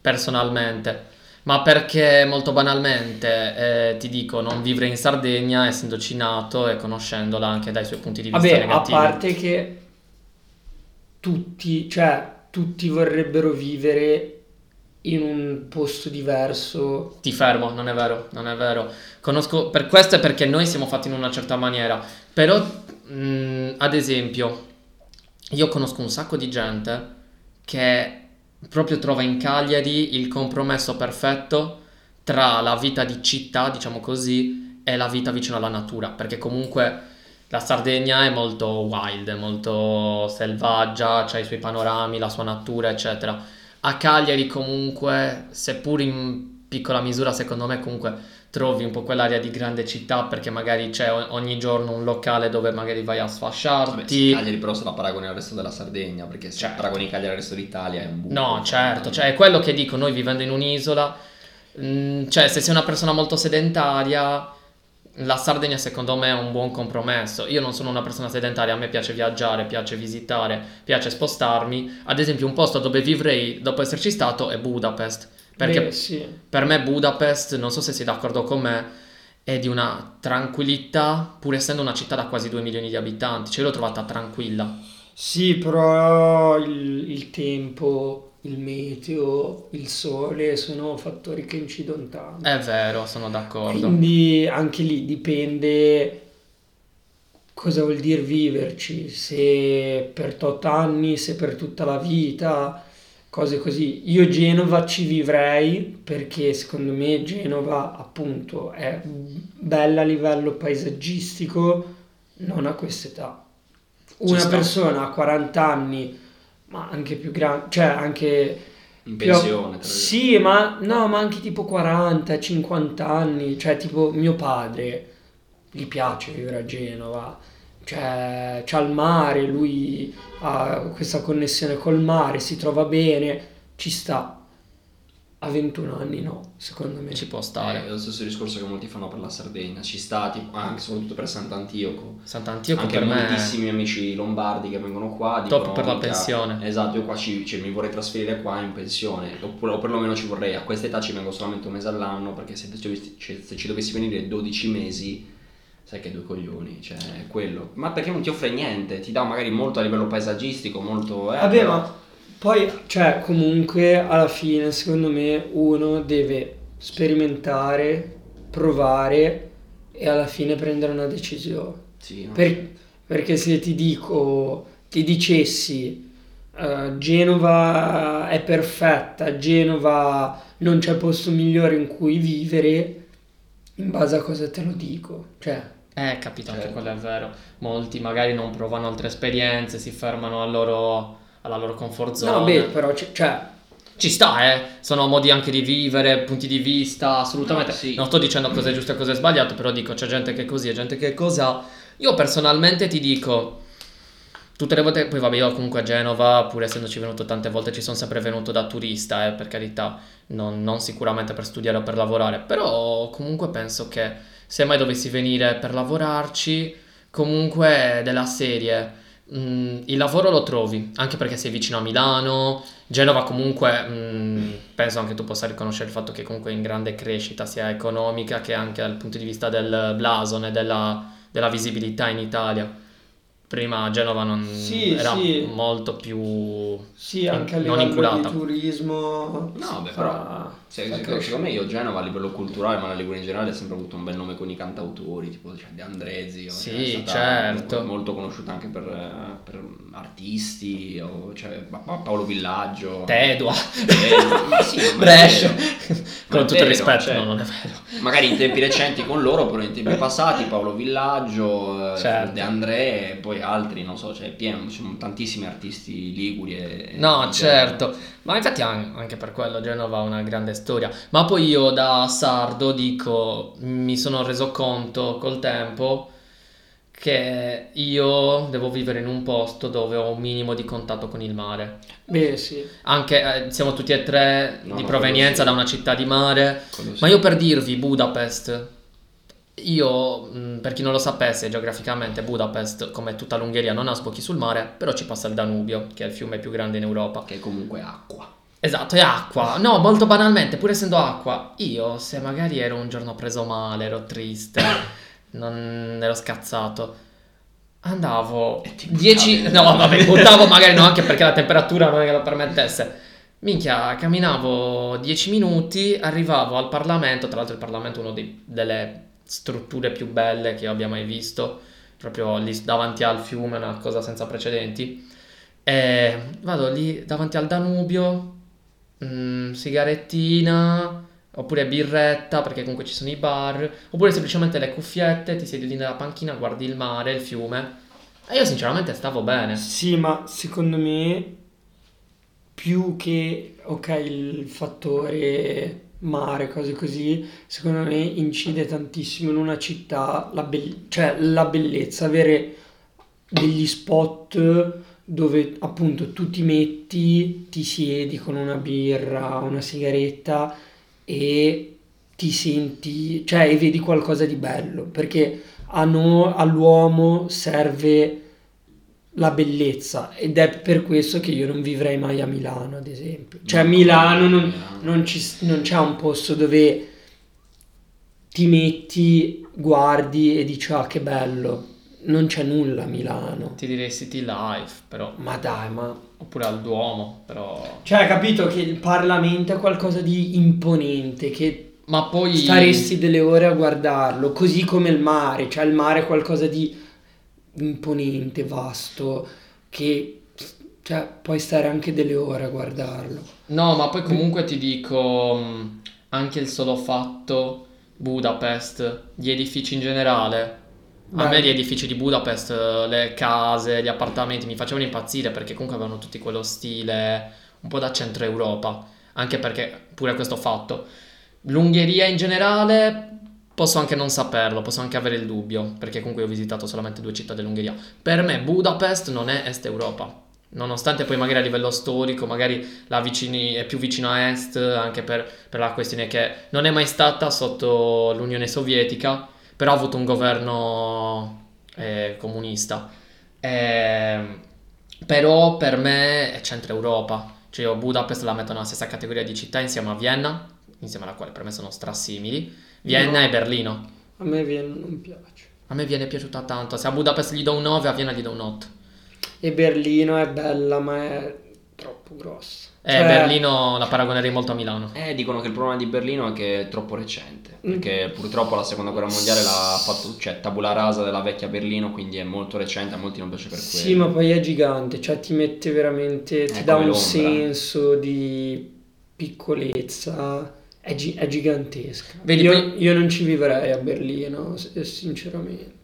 B: personalmente. Ma perché molto banalmente eh, ti dico, non vivere in Sardegna, essendoci nato e conoscendola anche dai suoi punti di vista
C: Vabbè, a
B: negativi.
C: parte che tutti, cioè, tutti vorrebbero vivere in un posto diverso
B: Ti fermo, non è vero, non è vero. Conosco, per questo è perché noi siamo fatti in una certa maniera. Però, mh, ad esempio, io conosco un sacco di gente che proprio trova in Cagliari il compromesso perfetto tra la vita di città, diciamo così, e la vita vicino alla natura. Perché comunque la Sardegna è molto wild, è molto selvaggia, c'ha i suoi panorami, la sua natura, eccetera. A Cagliari comunque, seppur in piccola misura, secondo me comunque trovi un po' quell'area di grande città perché magari c'è o- ogni giorno un locale dove magari vai a
A: Vabbè,
B: sfasciarti.
A: sì, Cagliari però se la paragoni al resto della Sardegna, perché se
B: Certo.
A: paragoni Cagliari al resto d'Italia è un buco.
B: No, certo, cioè è quello che dico, noi vivendo in un'isola, mh, cioè se sei una persona molto sedentaria, la Sardegna secondo me è un buon compromesso. Io non sono una persona sedentaria, a me piace viaggiare, piace visitare, piace spostarmi. Ad esempio un posto dove vivrei dopo esserci stato è Budapest, perché
C: Beh, sì.
B: per me Budapest, non so se sei d'accordo con me, è di una tranquillità, pur essendo una città da quasi 2 milioni di abitanti, cioè io l'ho trovata tranquilla.
C: Sì, però il, il tempo, il meteo, il sole sono fattori che incidono tanto.
B: È vero, sono d'accordo.
C: Quindi anche lì dipende cosa vuol dire viverci, se per tot anni, se per tutta la vita, cose così. Io Genova ci vivrei perché secondo me Genova appunto è bella a livello paesaggistico, non a quest'età. Una
A: sta.
C: persona a 40 anni, ma anche più grande, cioè anche
A: In
C: più-
A: pensione. tra
C: Sì, ma no, ma anche tipo 40, 50 anni, cioè tipo mio padre gli piace vivere a Genova, cioè c'ha il mare, lui ha questa connessione col mare, si trova bene, ci sta. A 21 anni no, secondo me.
B: Ci può
A: virgolette.
B: stare.
A: Eh, È lo stesso discorso che molti fanno per la Sardegna, ci sta, tipo, anche soprattutto per Sant'Antioco.
B: Sant'Antioco
A: anche
B: per me
A: moltissimi amici lombardi che vengono qua
B: Top
A: dicono,
B: per la
A: "Minchia,
B: pensione."
A: esatto io qua ci, cioè, mi vorrei trasferire qua in pensione oppure o perlomeno ci vorrei a questa età ci vengo solamente un mese all'anno perché se, dovessi- cioè, se ci dovessi venire 12 mesi sai che due coglioni cioè è quello ma perché non ti offre niente ti dà magari molto a livello paesaggistico molto eh,
C: Vabbè,
A: però-
C: ma poi, cioè, comunque alla fine, secondo me, uno deve sperimentare, provare e alla fine prendere una decisione.
A: sì, no.
C: Per- perché se ti dico, ti dicessi eh, Genova è perfetta, Genova non c'è posto migliore in cui vivere, in base a cosa te lo dico? Cioè,
B: eh capito anche
A: Certo.
B: quello è vero molti magari non provano altre esperienze si fermano al loro- alla loro comfort zone
C: no, beh, però, c- cioè,
B: ci sta eh sono modi anche di vivere punti di vista assolutamente
A: No, sì.
B: non sto dicendo cosa è giusto e cosa è sbagliato però dico c'è gente che è così e gente che è cosa io personalmente ti dico tutte le volte poi vabbè io comunque a Genova pur essendoci venuto tante volte ci sono sempre venuto da turista eh per carità non, non sicuramente per studiare o per lavorare, però comunque penso che se mai dovessi venire per lavorarci, comunque è della serie. mm, il lavoro lo trovi, anche perché sei vicino a Milano, Genova comunque, mm, penso anche tu possa riconoscere il fatto che comunque è in grande crescita sia economica che anche dal punto di vista del blason e della, della visibilità in Italia. Prima Genova non
C: Sì,
B: era
C: sì.
B: molto più...
C: sì, anche a
B: Non
C: livello
B: inculata.
C: di turismo...
A: No, beh,
C: fa-
A: Se-
C: fa
A: se-
C: crescere.
A: secondo me io Genova a livello culturale, ma la Liguria in generale, ha sempre avuto un bel nome con i cantautori, tipo cioè, De Andrezi. o-
B: Sì,
A: è stata
B: certo.
A: Molto conosciuta anche per, eh, per artisti, o, cioè, Pa- Pa- Paolo Villaggio.
B: Tedua,
A: Eh, ma sì, ma è
B: Brescia,
A: vero. Ma
B: con
A: è
B: tutto il
A: vero,
B: rispetto,
A: cioè.
B: no, non è vero.
A: Magari in tempi recenti con loro, però in tempi passati Paolo Villaggio, eh,
B: Certo.
A: De André e poi altri, non so, cioè, pieno, ci sono tantissimi artisti liguri. e-
B: No,
A: e-
B: certo, ma infatti an- anche per quello Genova ha una grande storia. Ma poi io da sardo dico, mi sono reso conto col tempo che io devo vivere in un posto dove ho un minimo di contatto con il mare.
C: Beh, sì.
B: Anche eh, siamo tutti e tre
A: No,
B: di
A: no,
B: provenienza
A: quello sì.
B: da una città di mare.
A: Quello sì.
B: Ma io per dirvi Budapest, io mh, per chi non lo sapesse, geograficamente Budapest, come tutta l'Ungheria, non ha sbocchi sul mare, però ci passa il Danubio, che è il fiume più grande in Europa.
A: Che comunque è acqua.
B: Esatto, è acqua. No, molto banalmente, pur essendo acqua, io se magari ero un giorno preso male, ero
A: <coughs>
B: triste, non ero scazzato. Andavo
A: E ti buttavi
B: 10
A: nel-
B: no, vabbè, buttavo magari no, anche
A: <laughs>
B: perché la temperatura non è che lo permettesse. Minchia, camminavo 10 minuti, arrivavo al Parlamento, tra l'altro il Parlamento è una delle strutture più belle che io abbia mai visto, proprio lì davanti al fiume, una cosa senza precedenti. E vado lì davanti al Danubio, mm, sigarettina, oppure birretta, perché comunque ci sono i bar, oppure semplicemente le cuffiette, ti siedi lì nella panchina, guardi il mare, il fiume. E io sinceramente stavo bene.
C: Sì, ma secondo me più che ok il fattore mare, cose così, secondo me incide tantissimo in una città, la be- cioè la bellezza, avere degli spot dove appunto tu ti metti, ti siedi con una birra, una sigaretta e ti senti, cioè e vedi qualcosa di bello, perché a no- all'uomo serve la bellezza ed è per questo che io non vivrei mai a Milano, ad esempio. Cioè a
A: Ma
C: Milano
A: come
C: non,
A: Milano?
C: non ci s- non c'è un posto dove ti metti, guardi e dici ah che bello. Non c'è nulla a Milano.
B: Ti direi City Life, però.
C: Ma dai, ma...
B: Oppure al Duomo, però.
C: Cioè, hai capito che il Parlamento è qualcosa di imponente, che
B: Ma poi.
C: staresti delle ore a guardarlo, così come il mare, cioè il mare è qualcosa di imponente, vasto, che cioè, puoi stare anche delle ore a guardarlo.
B: No, ma poi comunque ti dico mh, anche il solo fatto Budapest, gli edifici in generale. A
C: Beh.
B: me gli edifici di Budapest, eh, le case, gli appartamenti mi facevano impazzire perché comunque avevano tutti quello stile un po' da centro Europa, anche perché pure questo fatto. L'Ungheria in generale posso anche non saperlo, posso anche avere il dubbio, perché comunque ho visitato solamente due città dell'Ungheria. Per me Budapest non è Est Europa. Nonostante poi magari a livello storico, magari la vicini- è più vicino a est anche per, per la questione che non è mai stata sotto l'Unione Sovietica, però ha avuto un governo eh, comunista. Ehm, però per me è centro Europa, cioè io Budapest la metto nella stessa categoria di città insieme a Vienna, insieme alla quale per me sono strassimili, Vienna
C: No.
B: e Berlino.
C: A me Vienna non piace.
B: A me viene piaciuta tanto, se a Budapest gli do un 9, a Vienna gli do un 8.
C: E Berlino è bella, ma è troppo grossa.
B: E
C: Cioè,
B: Eh, Berlino la paragonerei molto a Milano.
A: Eh, dicono che il problema di Berlino è che è troppo recente,
C: Mm.
A: perché purtroppo la seconda guerra mondiale l'ha fatto, cioè tabula rasa della vecchia Berlino, quindi è molto recente, a molti non piace per quello. Eh,
C: Sì, ma poi è gigante, cioè ti mette veramente, ti
A: È
C: dà
A: come
C: un
A: l'ombra.
C: senso di piccolezza, è, gi- è gigantesca.
B: Vedi,
C: io,
B: poi-
C: io non ci vivrei a Berlino, se- sinceramente.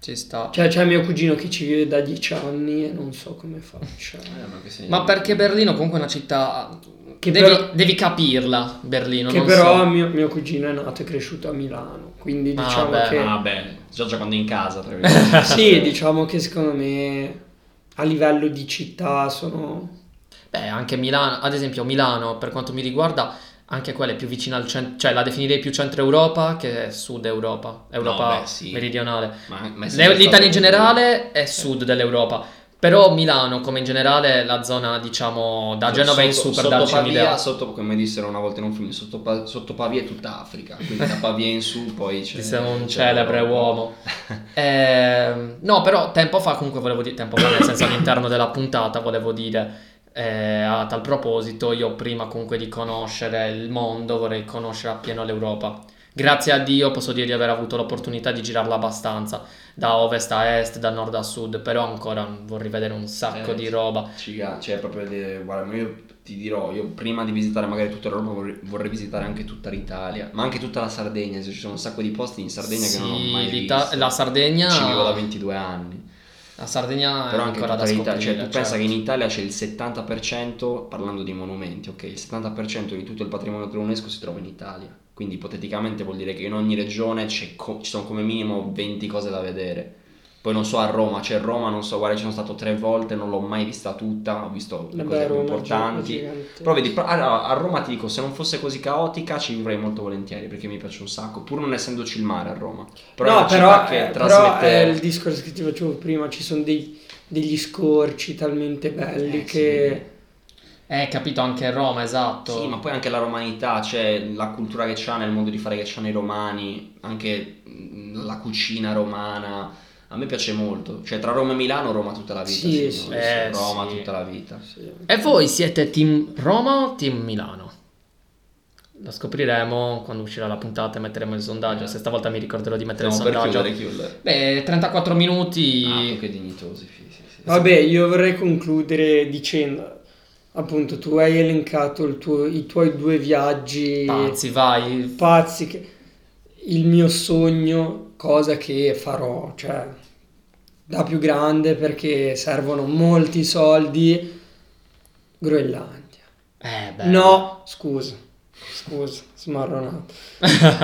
B: Ci sta.
C: Cioè c'è mio cugino che ci vive da dieci anni e non so come faccia.
A: Eh, ma, che sei-
B: Ma perché Berlino comunque è una città...
C: Che
B: devi,
C: però-
B: devi capirla, Berlino.
C: che
B: non
C: però
B: so.
C: mio, mio cugino è nato e cresciuto a Milano, quindi
B: Ah,
C: diciamo
B: beh,
C: che...
A: Ah, beh, già giocando in casa,
B: <laughs>
A: tra virgolette.
C: <laughs> Sì, diciamo che secondo me a livello di città sono...
B: Beh, anche Milano, ad esempio Milano, per quanto mi riguarda, anche quella è più vicina al centro, cioè la definirei più centro Europa che sud Europa, Europa
A: No, beh, sì.
B: meridionale.
A: Ma- ma
B: Le-
A: è sempre
B: L'Italia
A: stato-
B: in generale è sud dell'Europa, però Milano, come in generale, è la zona, diciamo, da Genova in su
A: Sotto-
B: per darci
A: sotto Pavia,
B: un'idea.
A: sotto, come dissero una volta in un film, sotto, Pa- sotto Pavia è tutta Africa, quindi
B: <laughs>
A: da Pavia in su poi c'è...
B: Ci siamo un
A: c'è
B: celebre
A: l'Europa. <laughs>
B: uomo. Ehm, no, però tempo fa comunque volevo dire, tempo fa nel senso all'interno della puntata volevo dire eh, a tal proposito io prima comunque di conoscere il mondo vorrei conoscere appieno l'Europa. Grazie a Dio posso dire di aver avuto l'opportunità di girarla abbastanza, da ovest a est, da nord a sud, però ancora vorrei vedere un sacco
A: Eh,
B: di
A: sì.
B: roba.
A: Ciga, cioè proprio, de- guarda, ma io ti dirò, io prima di visitare magari tutta l'Europa vorrei, vorrei visitare anche tutta l'Italia, ma anche tutta la Sardegna, se ci sono un sacco di posti in Sardegna che non ho
B: Sì,
A: mai
B: l'Ita-
A: visto.
B: la Sardegna
A: Ci vivo da 22 anni,
B: La Sardegna
A: però
B: è
A: anche
B: Ah, ancora
A: tutta
B: da
A: l'Italia,
B: scoprire.
A: cioè tu pensa
B: certo.
A: che in Italia c'è il 70%, parlando di monumenti, ok, il 70% di tutto il patrimonio dell'UNESCO si trova in Italia, quindi ipoteticamente vuol dire che in ogni regione c'è co- ci sono come minimo 20 cose da vedere. Poi non so a Roma, c'è Roma, non so, guarda, ci sono stato tre volte, non l'ho mai vista tutta, ho visto le cose
C: Vabbè,
A: più
C: Roma è
A: importanti.
C: gigante.
A: Però vedi, pro- allora, a Roma ti dico, se non fosse così caotica ci vivrei molto volentieri perché mi piace un sacco, pur non essendoci il mare a Roma. Però è
C: no,
A: una
C: però,
A: città che
C: eh, però
A: trasmette...
C: è il discorso che ti facevo prima, ci sono dei- degli scorci talmente belli
A: Eh,
C: che...
B: Eh, capito, anche Roma, esatto.
A: Sì, ma poi anche la romanità, cioè la cultura che c'hanno, il modo di fare che c'hanno i romani, anche mh, la cucina romana. A me piace molto. Cioè, tra Roma e Milano, Roma tutta la vita.
C: Sì,
A: signori,
B: sì. Eh,
A: Roma
B: sì.
A: tutta la vita.
C: sì.
B: E voi siete team Roma o team Milano? Lo scopriremo quando uscirà la puntata e metteremo il sondaggio. Se stavolta mi ricorderò di mettere
A: Stiamo
B: il
A: per
B: sondaggio.
A: chiudere, chiudere.
B: Beh, 34 minuti.
A: Ah, che dignitosi, sì, sì, sì.
C: Vabbè, io vorrei concludere dicendo, appunto, tu hai elencato il tuo- i tuoi due
A: Ah.
C: viaggi
B: Pazzi, vai.
C: pazzi, che- il mio sogno, cosa che farò, cioè, da più grande perché servono molti soldi, Groenlandia.
B: Eh, beh.
C: No, scusa, Scusa, smarronato.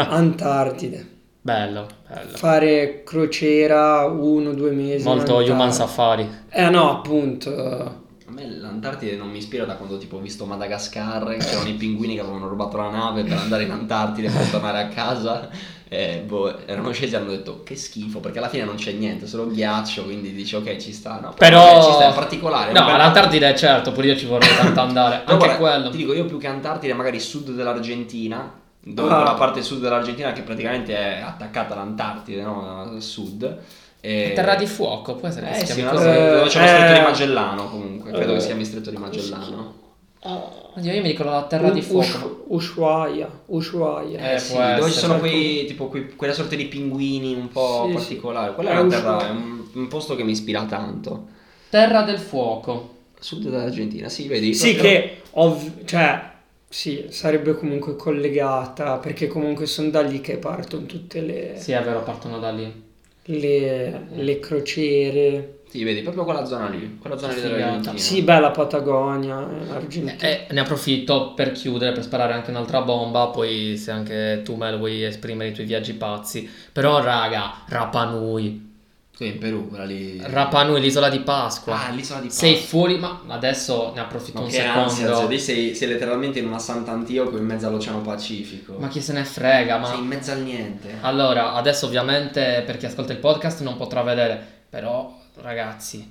C: Antartide.
B: Bello, bello.
C: Fare crociera uno, due mesi. in
B: Molto Human
C: Antartide.
B: Safari.
C: Eh no, appunto. eh,
A: A me l'Antartide non mi ispira da quando tipo ho visto Madagascar, c'erano i pinguini che avevano rubato la nave per andare in Antartide per tornare a casa. E boh, erano scesi e hanno detto che schifo, perché alla fine non c'è niente, solo ghiaccio, quindi dici ok ci sta, no?
B: Però...
A: eh, ci sta, è particolare.
B: No,
A: vabbè.
B: l'Antartide certo, pure io ci vorrei tanto andare.
A: Però
B: Anche
A: guarda,
B: quello.
A: Ti dico io più che Antartide, magari sud dell'Argentina, dove
C: Ah.
A: la parte sud dell'Argentina che praticamente è attaccata all'Antartide, no? A sud. E...
B: Terra di fuoco, può essere che si
A: Eh sì,
B: chiami
A: una
B: così.
A: cosa dove c'è lo stretto
C: Eh.
A: di Magellano comunque, credo
C: Eh.
A: che si chiami stretto di
B: Eh,
A: Magellano.
B: Oddio, io mi ricordo la Eh, Terra di
C: U-
B: fuoco.
C: Ush- Ushuaia. Ushuaia.
A: Eh,
B: Eh,
A: sì,
B: può
A: dove
B: essere.
A: ci sono quei, tipo, quei- quella sorta di pinguini un po'
C: Sì, sì.
A: particolari. Quella
C: È
A: è, una
C: un
A: terra,
C: suo-
A: è un, un posto che mi ispira tanto.
B: Terra del fuoco.
A: Sud dell'Argentina, sì, vedi?
C: Sì,
A: proprio-
C: che ov- cioè, sì, sarebbe comunque collegata perché comunque sono da lì che partono tutte le,
B: Sì, è vero, partono da lì.
C: le- le crociere.
A: Sì, vedi, proprio quella zona lì. Quella zona lì
B: Figata.
A: dell'Argentina.
C: Sì, beh, la Patagonia, eh, l'Argentina.
B: E ne approfitto per chiudere, per sparare anche un'altra bomba, poi se anche tu Mel vuoi esprimere i tuoi viaggi pazzi. Però raga, Rapanui.
A: Sì, in Perù, quella lì.
B: Rapanui, l'isola di Pasqua.
A: Ah, l'isola di Pasqua.
B: Sei fuori, ma adesso ne approfitto
A: Ma
B: un
A: che ansia, cioè,
B: secondo.
A: lì sei, sei letteralmente in una Sant'Antioco in mezzo all'Oceano Pacifico.
B: Ma chi se ne frega, ma
A: Sei in mezzo al niente.
B: Allora, adesso ovviamente per chi ascolta il podcast non potrà vedere, però ragazzi,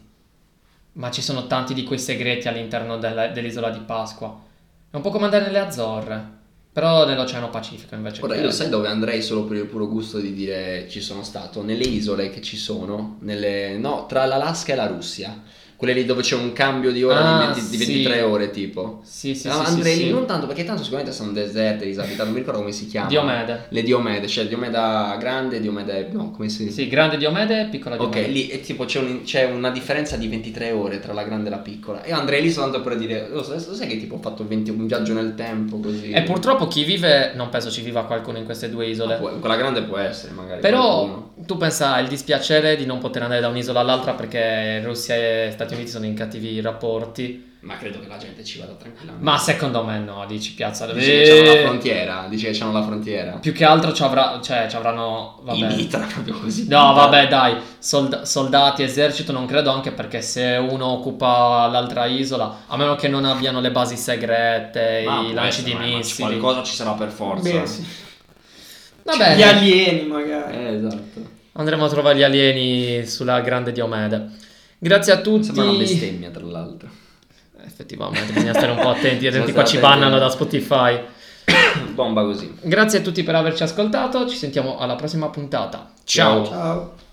B: ma ci sono tanti di quei segreti all'interno della- dell'isola di Pasqua. È un po' come andare nelle Azzorre, però nell'Oceano Pacifico invece.
A: Ora,
B: che-
A: io lo sai dove andrei solo per il puro gusto di dire ci sono stato? Nelle isole che ci sono, nelle- no, tra l'Alaska e la Russia. Quelle lì dove c'è un cambio di ora
B: Ah,
A: di, 20 di
B: sì.
A: 23 ore tipo.
B: Sì, sì, sì,
A: No,
B: sì,
A: andrei
B: sì.
A: lì non tanto perché tanto sicuramente sono deserte, disabitate, non mi ricordo come si chiama.
B: Diomede.
A: Le Diomede, cioè Diomeda grande e Diomede... No, come si...
B: Sì, grande Diomede e piccola
A: Ok,
B: Diomede.
A: lì è tipo c'è, un- c'è una differenza di 23 ore tra la grande e la piccola. Io andrei lì soltanto per dire, lo sai, lo sai che tipo ho fatto 20 un viaggio nel tempo così.
B: E purtroppo chi vive, non penso ci viva qualcuno in queste due isole.
A: Ah, Può- Quella grande può essere magari. qualcuno.
B: Però tu pensa al dispiacere di non poter andare da un'isola all'altra perché Russia e Stati Uniti sono in cattivi rapporti.
A: Ma credo che la gente ci vada tranquillamente.
B: Ma Eh. secondo me no, dici piazza del
A: dice che c'hanno diciamo la frontiera, dice che c'hanno la frontiera.
B: Più che altro ci, avrà, cioè, ci avranno...
A: I
B: Vabbè.
A: mitra proprio così.
B: No, vabbè, dai, sold- soldati, esercito non credo anche perché se uno occupa l'altra isola, a meno che non abbiano le basi segrete,
A: Ma
B: i
A: può
B: lanci di
A: essere, ma- ma c-
B: missili.
A: Qualcosa ci sarà per forza.
C: Beh, sì.
B: Va bene,
C: Gli alieni magari.
A: Eh, esatto.
B: andremo a trovare gli alieni sulla grande Diomede. Grazie a tutti.
A: Sembra una bestemmia, tra l'altro. <coughs>
B: Effettivamente, bisogna stare un po' attenti,
A: <laughs> Bisogna
B: attenti qua ci
A: stare
B: bannano da
A: attenti.
B: Spotify.
A: Bomba così.
B: Grazie a tutti per averci ascoltato, ci sentiamo alla prossima puntata. Ciao.
A: Ciao.
C: Ciao.